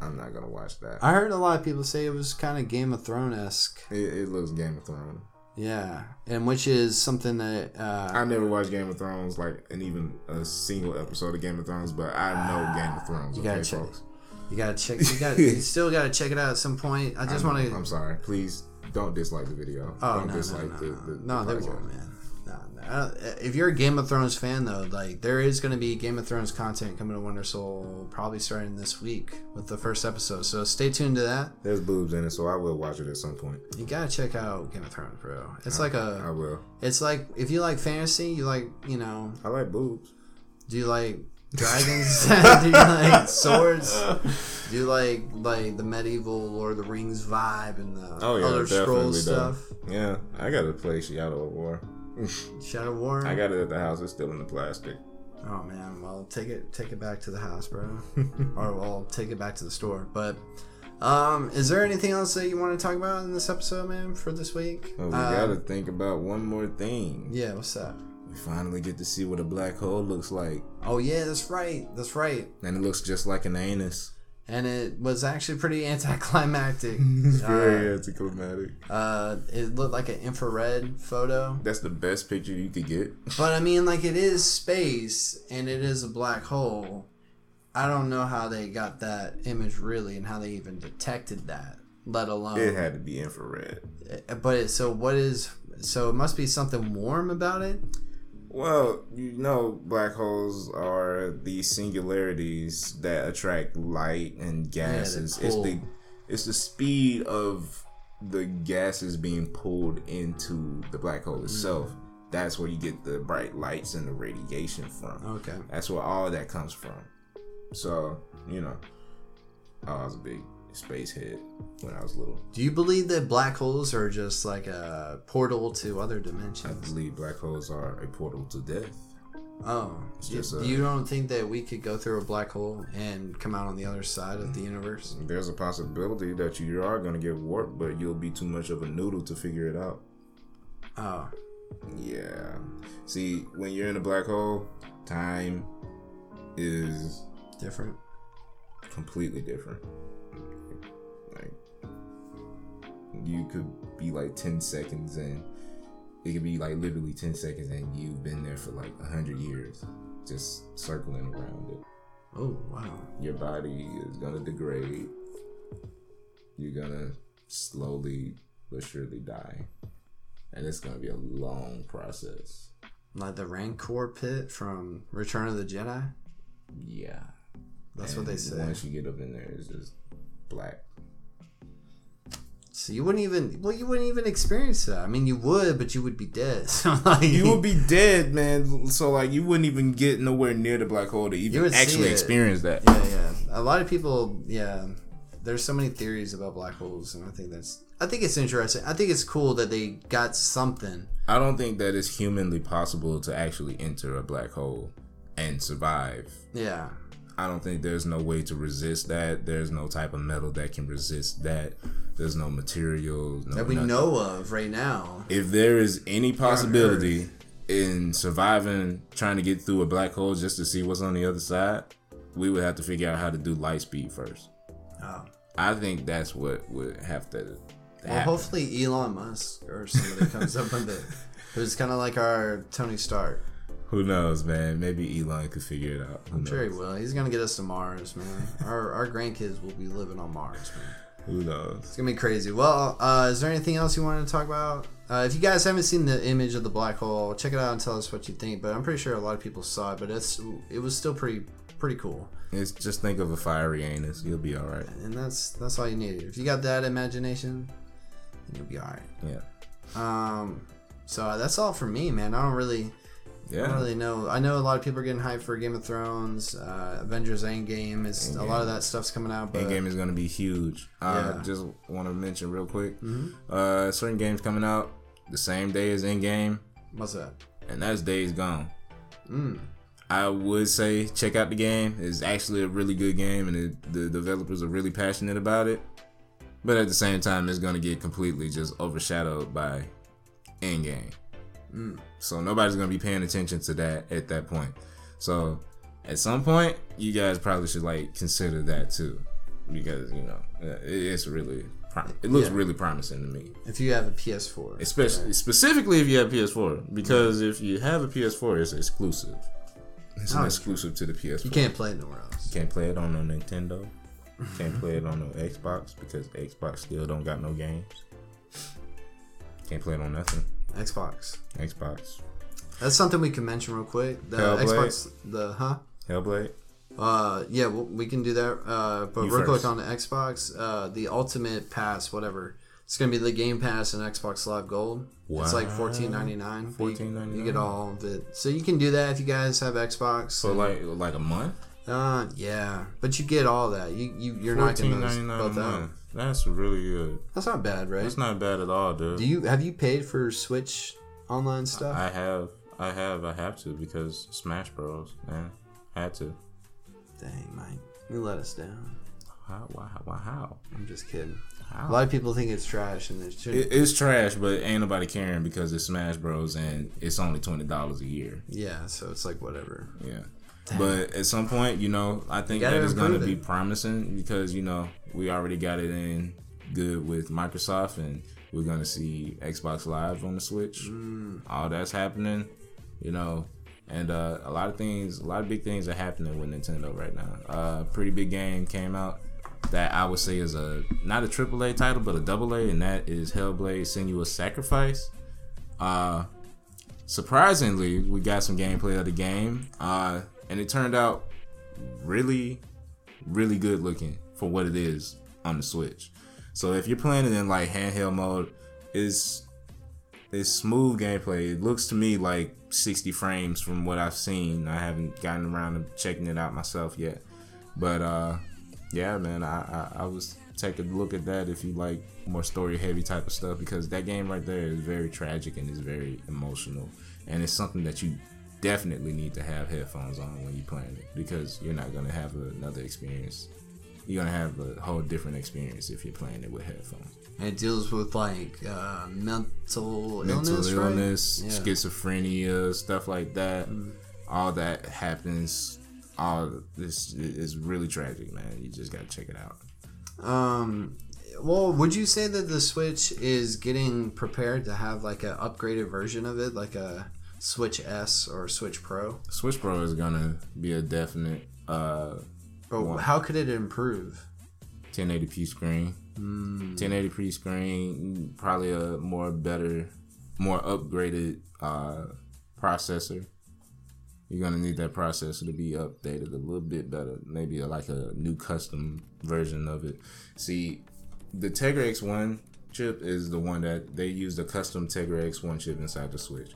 Speaker 1: I'm not gonna watch that.
Speaker 3: I heard a lot of people say it was kind of Game of Thrones esque.
Speaker 1: It, it looks Game of Thrones.
Speaker 3: Yeah, and which is something that uh,
Speaker 1: I never watched Game of Thrones, like, and even a single episode of Game of Thrones, but I know Game of Thrones.
Speaker 3: Ah, you gotta
Speaker 1: okay,
Speaker 3: check
Speaker 1: folks.
Speaker 3: you gotta check. You, gotta,
Speaker 1: (laughs)
Speaker 3: you still gotta check it out at some point. I just want to.
Speaker 1: I'm sorry. Please don't dislike the video.
Speaker 3: Oh
Speaker 1: don't
Speaker 3: no,
Speaker 1: dislike
Speaker 3: no, no,
Speaker 1: the,
Speaker 3: no.
Speaker 1: the, the
Speaker 3: no, there won't,
Speaker 1: podcast.
Speaker 3: man. No, no. I don't- If you're a Game of Thrones fan, though, like there is going to be Game of Thrones content coming to Wonder Soul probably starting this week with the first episode. So stay tuned to that.
Speaker 1: There's boobs in it, so I will watch it at some point.
Speaker 3: You gotta check out Game of Thrones, bro. It's like
Speaker 1: I
Speaker 3: a,
Speaker 1: will.
Speaker 3: it's like if you like fantasy, you like, you know,
Speaker 1: I like boobs.
Speaker 3: do
Speaker 1: (laughs)
Speaker 3: you like dragons? (laughs) do you like swords? Do you like like the medieval Lord of the Rings vibe and the
Speaker 1: Oh yeah,
Speaker 3: Elder
Speaker 1: definitely.
Speaker 3: Scrolls
Speaker 1: though.
Speaker 3: stuff?
Speaker 1: Yeah, I gotta play Shadow of War.
Speaker 3: Shadow War.
Speaker 1: I got it at the house. It's still in the plastic.
Speaker 3: Oh man, well take it take it back to the house, bro. (laughs) or well take it back to the store. But um is there anything else that you want to talk about in this episode, man, for this week?
Speaker 1: But Oh, we
Speaker 3: Um,
Speaker 1: gotta think about one more thing.
Speaker 3: Yeah, what's up?
Speaker 1: We finally get to see what a black hole looks like,
Speaker 3: Oh yeah, that's right. That's right.
Speaker 1: and it looks just like an anus.
Speaker 3: and it was actually
Speaker 1: (laughs)
Speaker 3: pretty (laughs) anticlimactic.
Speaker 1: It's
Speaker 3: Uh,
Speaker 1: very anticlimactic.
Speaker 3: uh, it looked like an infrared photo.
Speaker 1: That's the best picture you could get.
Speaker 3: But I mean, like, it is space and it is a black hole. I don't know how they got that image really and how they even detected that, let alone.
Speaker 1: It had to be infrared.
Speaker 3: But it, so, what is. So, it must be something warm about it?
Speaker 1: Well, you know, black holes are the singularities that attract light and gases. it's
Speaker 3: pull.
Speaker 1: the it's the speed of the gases being pulled into the black hole itself. That's where you get the bright lights and the radiation from.
Speaker 3: Okay.
Speaker 1: That's where all that comes from. So, you know, I was a big space head when I was little.
Speaker 3: Do you believe that black holes are just like a portal to other
Speaker 1: I
Speaker 3: dimensions?
Speaker 1: believe black holes are a portal to death.
Speaker 3: Oh, you,
Speaker 1: just a-
Speaker 3: you don't think that we could go through a black hole and come out on the other side of the universe?
Speaker 1: There's a possibility that you are going to get warped, but you'll be too much of a noodle to figure it out.
Speaker 3: Oh,
Speaker 1: Yeah. See, when you're in a black hole, time is
Speaker 3: different.
Speaker 1: completely different. Like, you could be like 10 seconds and it could be like literally 10 seconds and you've been there for like 100 years, just circling around it.
Speaker 3: Oh, wow.
Speaker 1: your body is gonna degrade. You're gonna slowly but surely die, and it's gonna be a long process.
Speaker 3: Like the Rancor pit from Return of the Jedi?
Speaker 1: Yeah,
Speaker 3: That's what they say.
Speaker 1: Once you get up in there, it's just black.
Speaker 3: So you wouldn't even well, you wouldn't even experience that. I mean, you would, but you would be dead. (laughs) So like
Speaker 1: You would be dead, man. So like, you wouldn't even get nowhere near the black hole to
Speaker 3: You
Speaker 1: even
Speaker 3: would see
Speaker 1: actually
Speaker 3: it.
Speaker 1: experience that.
Speaker 3: Yeah, yeah. A lot of people, yeah. There's so many theories about black holes, and I think that's I think it's interesting. I think it's cool that they got something.
Speaker 1: I don't think that it's humanly possible to actually enter a black hole and survive
Speaker 3: Yeah.
Speaker 1: I don't think there's no way to resist that. There's no type of metal that can resist that. There's no material. No
Speaker 3: That we
Speaker 1: nothing.
Speaker 3: know of right now.
Speaker 1: If there is any possibility in surviving, trying to get through a black hole just to see what's on the other side, we would have to figure out how to do light speed first.
Speaker 3: Oh.
Speaker 1: I think that's what would have to
Speaker 3: Well,
Speaker 1: happen.
Speaker 3: hopefully Elon Musk or somebody comes up with
Speaker 1: (laughs)
Speaker 3: it. Who's kind of like our Tony Stark.
Speaker 1: Who knows, man? Maybe Elon could figure it out. Who
Speaker 3: I'm
Speaker 1: knows?
Speaker 3: sure he will. He's gonna get us to Mars, man. Our our grandkids will be living on Mars, man.
Speaker 1: Who knows?
Speaker 3: It's gonna be crazy. Well, uh, is there anything else you wanted to talk about? Uh, if you guys haven't seen the image of the black hole, check it out and tell us what you think. But I'm pretty sure a lot of people saw it, but it's it was still pretty pretty cool.
Speaker 1: It's just think of a fiery anus. You'll be all right.
Speaker 3: And that's that's all you need. If you got that imagination, you'll be all
Speaker 1: Yeah.
Speaker 3: right. Um, so that's all for me, man. I don't really I don't
Speaker 1: Yeah.
Speaker 3: really know. I know a lot of people are getting hyped for Game of Thrones, uh, Avengers Endgame. Is a lot of that stuff's coming out, but
Speaker 1: Endgame is going to be huge. I
Speaker 3: Yeah.
Speaker 1: just want to mention real quick.
Speaker 3: Mm-hmm.
Speaker 1: Uh, certain games coming out the same day as Endgame,
Speaker 3: what's that? Mm.
Speaker 1: and that's Days Gone. I would say check out the game. It's actually a really good game, and it, the developers are really passionate about it. But at the same time, it's going to get completely just overshadowed by Endgame.
Speaker 3: Mm.
Speaker 1: So nobody's going to be paying attention to that at that point. So at some point, you guys probably should like consider that too, because you know uh, it, it's really prom- it looks
Speaker 3: Yeah.
Speaker 1: really promising to me,
Speaker 3: If you have a PS4,
Speaker 1: especially specifically if you have PS4, because if you have a PS4, it's exclusive. It's an
Speaker 3: Oh.
Speaker 1: exclusive to the PS4.
Speaker 3: you can't play it nowhere else.
Speaker 1: Can't play it on no Nintendo. Can't play (laughs) it on no Xbox because Xbox still don't got no games. Can't play it on nothing.
Speaker 3: Xbox.
Speaker 1: Xbox.
Speaker 3: That's something we can mention real quick. The
Speaker 1: Hellblade.
Speaker 3: Xbox, the huh?
Speaker 1: Hellblade.
Speaker 3: Uh, yeah, well, we can do that. Uh, but
Speaker 1: You
Speaker 3: real
Speaker 1: first.
Speaker 3: quick on the Xbox, uh, the Ultimate Pass, whatever. It's gonna be the Game Pass and Xbox Live Gold. It's like
Speaker 1: Wow.
Speaker 3: fourteen ninety nine.
Speaker 1: $14.99.
Speaker 3: You get all of it, so you can do that if you guys have Xbox.
Speaker 1: So like like a month.
Speaker 3: uh, yeah, but you get all that. You you you're not gonna miss both out.
Speaker 1: That's really good.
Speaker 3: That's not bad, right?
Speaker 1: That's not bad at all, dude.
Speaker 3: do you have you paid for Switch online stuff?
Speaker 1: I have, I have, I have to because Smash Bros. Man, had to.
Speaker 3: Dang, Mike, you let us down.
Speaker 1: How? Why? Why? How?
Speaker 3: I'm just kidding.
Speaker 1: How?
Speaker 3: A lot of people think it's trash, and it shouldn't.
Speaker 1: It, it's trash, but ain't nobody caring because it's Smash Bros. and it's only twenty dollars a year.
Speaker 3: yeah, so it's like whatever.
Speaker 1: Yeah. But at some point, you know, I think
Speaker 3: gotta
Speaker 1: that is going to
Speaker 3: improve
Speaker 1: be
Speaker 3: it.
Speaker 1: promising because you know we already got it in good with Microsoft, and we're going to see Xbox Live on the Switch.
Speaker 3: Mm.
Speaker 1: All that's happening, you know, and uh, a lot of things, a lot of big things are happening with Nintendo right now. Uh, pretty big game came out that I would say is a not a triple A title, but a double A, and that is Hellblade: Senua's Sacrifice. Uh, surprisingly, we got some gameplay of the game, uh, and it turned out really, really good looking for what it is on the Switch. So if you're playing it in like handheld mode, it's it's smooth gameplay. It looks to me like 60 frames from what I've seen. I haven't gotten around to checking it out myself yet, but uh, yeah, man, I I, I was take a look at that if you like more story heavy type of stuff because that game right there is very tragic and is very emotional and it's something that you definitely need to have headphones on when you're playing it because you're not gonna have another experience. You're gonna have a whole different experience if you're playing it with headphones.
Speaker 3: And it deals with like uh, mental,
Speaker 1: Mental
Speaker 3: illness,
Speaker 1: illness,
Speaker 3: right? Yeah. Mm-hmm.
Speaker 1: schizophrenia, stuff like that. All that happens. All this is really tragic, man. You just gotta check it out.
Speaker 3: Um, well, would you say that the Switch is getting prepared to have like an upgraded version of it, like a Switch S or Switch Pro?
Speaker 1: Switch Pro is gonna be a definite. uh
Speaker 3: But
Speaker 1: Wow.
Speaker 3: how could it improve?
Speaker 1: 1080p screen. 1080p screen, probably a more better, more upgraded uh, processor. You're gonna need that processor to be updated a little bit better, maybe like a new custom version of it. See, the Tegra X1 chip is the one that they used a custom Tegra X1 chip inside the Switch.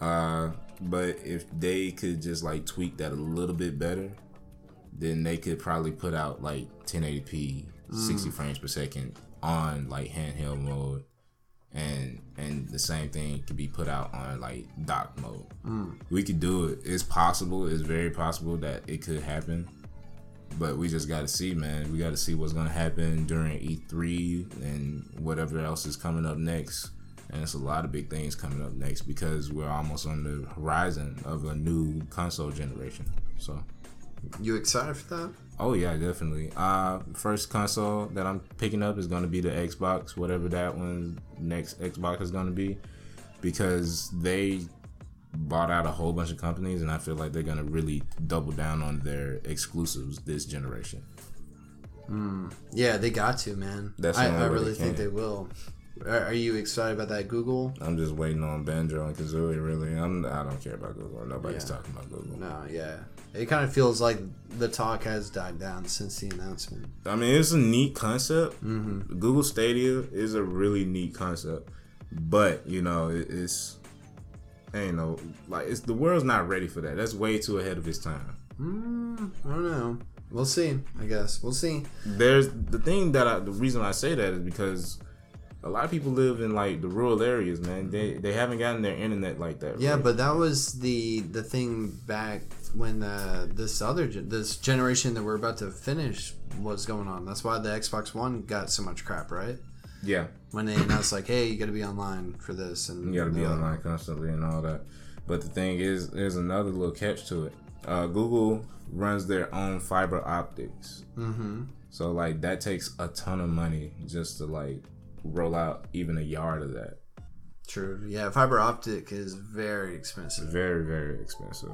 Speaker 1: Uh, but if they could just like tweak that a little bit better, then they could probably put out like 1080p 60 frames per second on like handheld mode and and the same thing could be put out on like dock mode we could do it it's possible it's very possible that it could happen but we just gotta see man we gotta see what's gonna happen during e3 and whatever else is coming up next and it's a lot of big things coming up next because we're almost on the horizon of a new console generation so
Speaker 3: You excited for that?
Speaker 1: Oh yeah, definitely. Uh, first console that I'm picking up is gonna be the Xbox, whatever that one next Xbox is gonna be, because they bought out a whole bunch of companies, and I feel like they're gonna really double down on their exclusives this generation.
Speaker 3: Yeah, they got to man.
Speaker 1: That's the
Speaker 3: I,
Speaker 1: only
Speaker 3: I
Speaker 1: way
Speaker 3: really
Speaker 1: they
Speaker 3: think
Speaker 1: can.
Speaker 3: they will. Are, are you excited about that Google?
Speaker 1: I'm just waiting on Banjo and Kazooie. Really, I'm I don't care about Google. Nobody's
Speaker 3: Yeah.
Speaker 1: talking about Google.
Speaker 3: No, yeah. It kind of feels like the talk has died down since the announcement.
Speaker 1: I mean, it's a neat concept.
Speaker 3: Mm-hmm.
Speaker 1: Google Stadia is a really neat concept, but you know, it, it's I ain't know like it's the world's not ready for that. That's way too ahead of its time.
Speaker 3: Mm, I don't know. We'll see. I guess we'll see.
Speaker 1: There's the thing that I, the reason I say that is because a lot of people live in like the rural areas, man. They they haven't gotten their internet like that.
Speaker 3: Yeah,
Speaker 1: right?
Speaker 3: but that was the the thing back when uh, this other gen- this generation that we're about to finish was going on. That's why the Xbox One got so much crap, right?
Speaker 1: yeah,
Speaker 3: When they announced like, "Hey, you got to be online for this," and
Speaker 1: You gotta be
Speaker 3: they're like,
Speaker 1: online constantly and all that. But the thing is, there's another little catch to it. Uh, Google runs their own fiber optics, mm-hmm. so like that takes a ton of money just to like roll out even a yard of that.
Speaker 3: True. Yeah, fiber optic is very expensive.
Speaker 1: Very very expensive.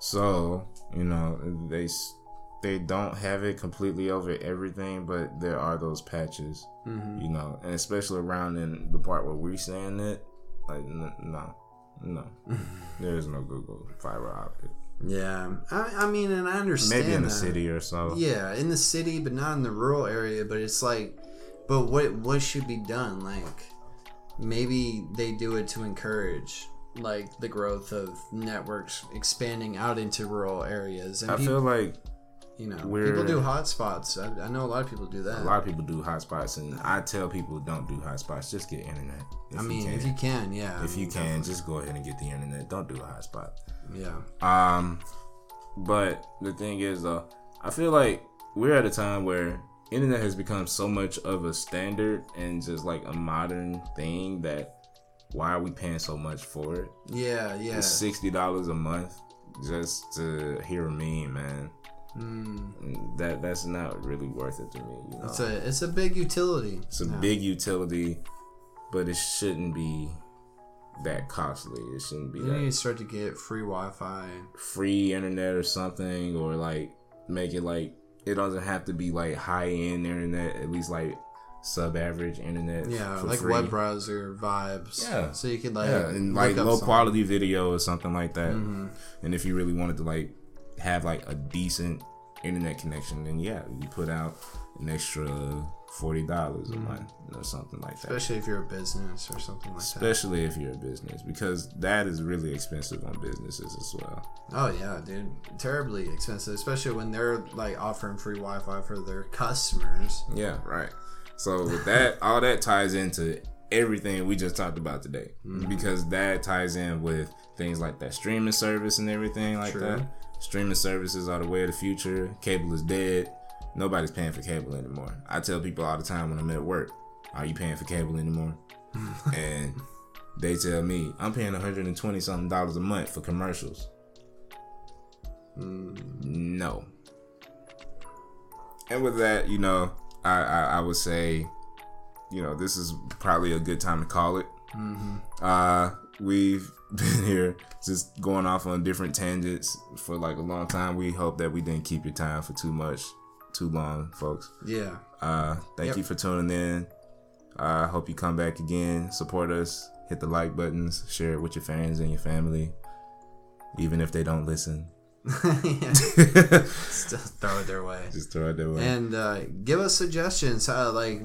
Speaker 1: So you know they s- they don't have it completely over everything, but there are those patches,
Speaker 3: Mm-hmm.
Speaker 1: you know, and especially around in the part where we're saying it, like n- no,
Speaker 3: (laughs)
Speaker 1: no, there is no Google fiber optic.
Speaker 3: Yeah, I, I mean, and I understand
Speaker 1: Maybe in the
Speaker 3: that.
Speaker 1: city or so.
Speaker 3: Yeah, in the city, but not in the rural area. But it's like, but what what should be done? Like, maybe they do it to encourage like the growth of networks expanding out into rural areas, and
Speaker 1: I
Speaker 3: peop-
Speaker 1: feel like
Speaker 3: you know people
Speaker 1: we're-
Speaker 3: do hotspots. I, I know a lot of people do that.
Speaker 1: a lot of people do hotspots, and I tell people don't do hotspots. Just get internet. If
Speaker 3: I mean,
Speaker 1: you
Speaker 3: if
Speaker 1: can.
Speaker 3: you can, yeah,
Speaker 1: if you can, just go ahead and get the internet. Don't do a hotspot.
Speaker 3: yeah,
Speaker 1: Um, but the thing is, though, I feel like we're at a time where internet has become so much of a standard and just like a modern thing that why are we paying so much for it?
Speaker 3: yeah, yeah.
Speaker 1: It's sixty dollars a month. just to hear a meme, man.
Speaker 3: Mm,
Speaker 1: That that's not really worth it to me. You know?
Speaker 3: it's a it's a big utility.
Speaker 1: It's a
Speaker 3: now.
Speaker 1: big utility, but it shouldn't be that costly. It shouldn't be
Speaker 3: You need to
Speaker 1: that
Speaker 3: start to get free Wi-Fi.
Speaker 1: free internet or something, or like make it like it doesn't have to be like high end internet. At least like sub average internet.
Speaker 3: Yeah,
Speaker 1: for
Speaker 3: like
Speaker 1: free.
Speaker 3: web browser vibes.
Speaker 1: Yeah.
Speaker 3: So you could like
Speaker 1: yeah, and
Speaker 3: look
Speaker 1: like
Speaker 3: up Mm-hmm.
Speaker 1: low
Speaker 3: something.
Speaker 1: quality video or something like that. And if you really wanted to like have like a decent internet connection, then yeah, you put out an extra forty dollars a month or something like that.
Speaker 3: Mm-hmm. especially if you're a business or something like that.
Speaker 1: Especially if you're a business, because that is really expensive on businesses as well.
Speaker 3: Oh yeah, dude, terribly expensive, especially when they're like offering free Wi-Fi for their customers.
Speaker 1: Yeah, right. So with that, all that ties into everything we just talked about today, because that ties in with things like that streaming service and everything like
Speaker 3: True.
Speaker 1: that. Streaming services are the way of the future. Cable is dead. Nobody's paying for cable anymore. I tell people all the time when I'm at work, "Are you paying for cable anymore?" and they tell me, "I'm paying 120 something dollars a month for commercials." No. And with that, you know, I, I, I would say, you know, this is probably a good time to call it. Uh, we've (laughs) been here just going off on different tangents for like a long time. We hope that we didn't keep your time for too much, too long, folks.
Speaker 3: Yeah, (laughs)
Speaker 1: Uh, thank
Speaker 3: Yep.
Speaker 1: you for tuning in. I hope you come back again, support us, hit the like buttons, share it with your fans and your family, even if they don't listen. (laughs)
Speaker 3: Yeah, still throw it their way.
Speaker 1: Just throw it that way.
Speaker 3: And uh, give us suggestions. Uh, like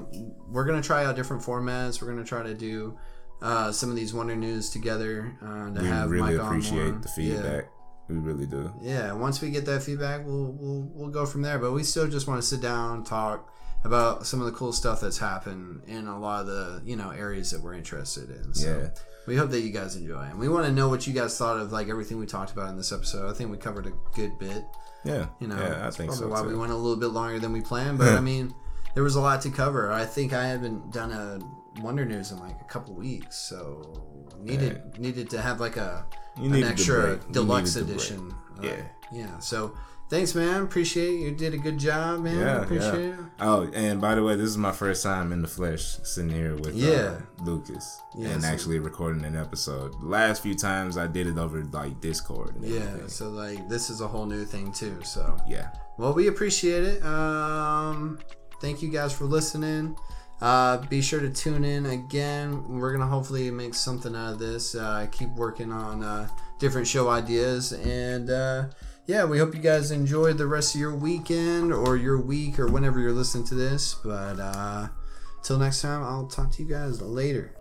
Speaker 3: we're gonna try out different formats. We're gonna try to do uh, some of these Wonder News together. Uh, to
Speaker 1: we
Speaker 3: have
Speaker 1: really
Speaker 3: Mike on more.
Speaker 1: appreciate the
Speaker 3: Yeah.
Speaker 1: feedback. We really do.
Speaker 3: yeah once we get that feedback we'll we'll, we'll go from there but we still just want to sit down talk about some of the cool stuff that's happened in a lot of the you know areas that we're interested in so
Speaker 1: Yeah.
Speaker 3: we hope that you guys enjoy and we want to know what you guys thought of like everything we talked about in this episode i think we covered a good bit
Speaker 1: Yeah,
Speaker 3: you know
Speaker 1: yeah, I
Speaker 3: that's
Speaker 1: think
Speaker 3: probably
Speaker 1: so
Speaker 3: why
Speaker 1: too.
Speaker 3: we went a little bit longer than we
Speaker 1: (laughs)
Speaker 3: planned but i mean there was a lot to cover i think i haven't done a wonder news in like a couple weeks so needed needed to have like a
Speaker 1: you
Speaker 3: an
Speaker 1: needed the
Speaker 3: extra
Speaker 1: break. You
Speaker 3: deluxe
Speaker 1: needed the break.
Speaker 3: edition. Uh,
Speaker 1: Yeah.
Speaker 3: yeah. So thanks, man. Appreciate it. you. Did a good job, man.
Speaker 1: Yeah,
Speaker 3: Appreciate
Speaker 1: yeah. Oh, and by the way, this is my first time in the flesh sitting here with
Speaker 3: Yeah.
Speaker 1: uh, Lucas
Speaker 3: Yeah,
Speaker 1: and
Speaker 3: so-
Speaker 1: actually recording an episode. The last few times I did it over like Discord. and
Speaker 3: it. Yeah.
Speaker 1: everything.
Speaker 3: So like this is a whole new thing too. So
Speaker 1: yeah.
Speaker 3: well, we appreciate it. Um, thank you guys for listening. Uh, be sure to tune in again. We're gonna hopefully make something out of this. Uh, keep working on uh, different show ideas, and uh, yeah, we hope you guys enjoyed the rest of your weekend or your week or whenever you're listening to this. But uh, till next time, I'll talk to you guys later.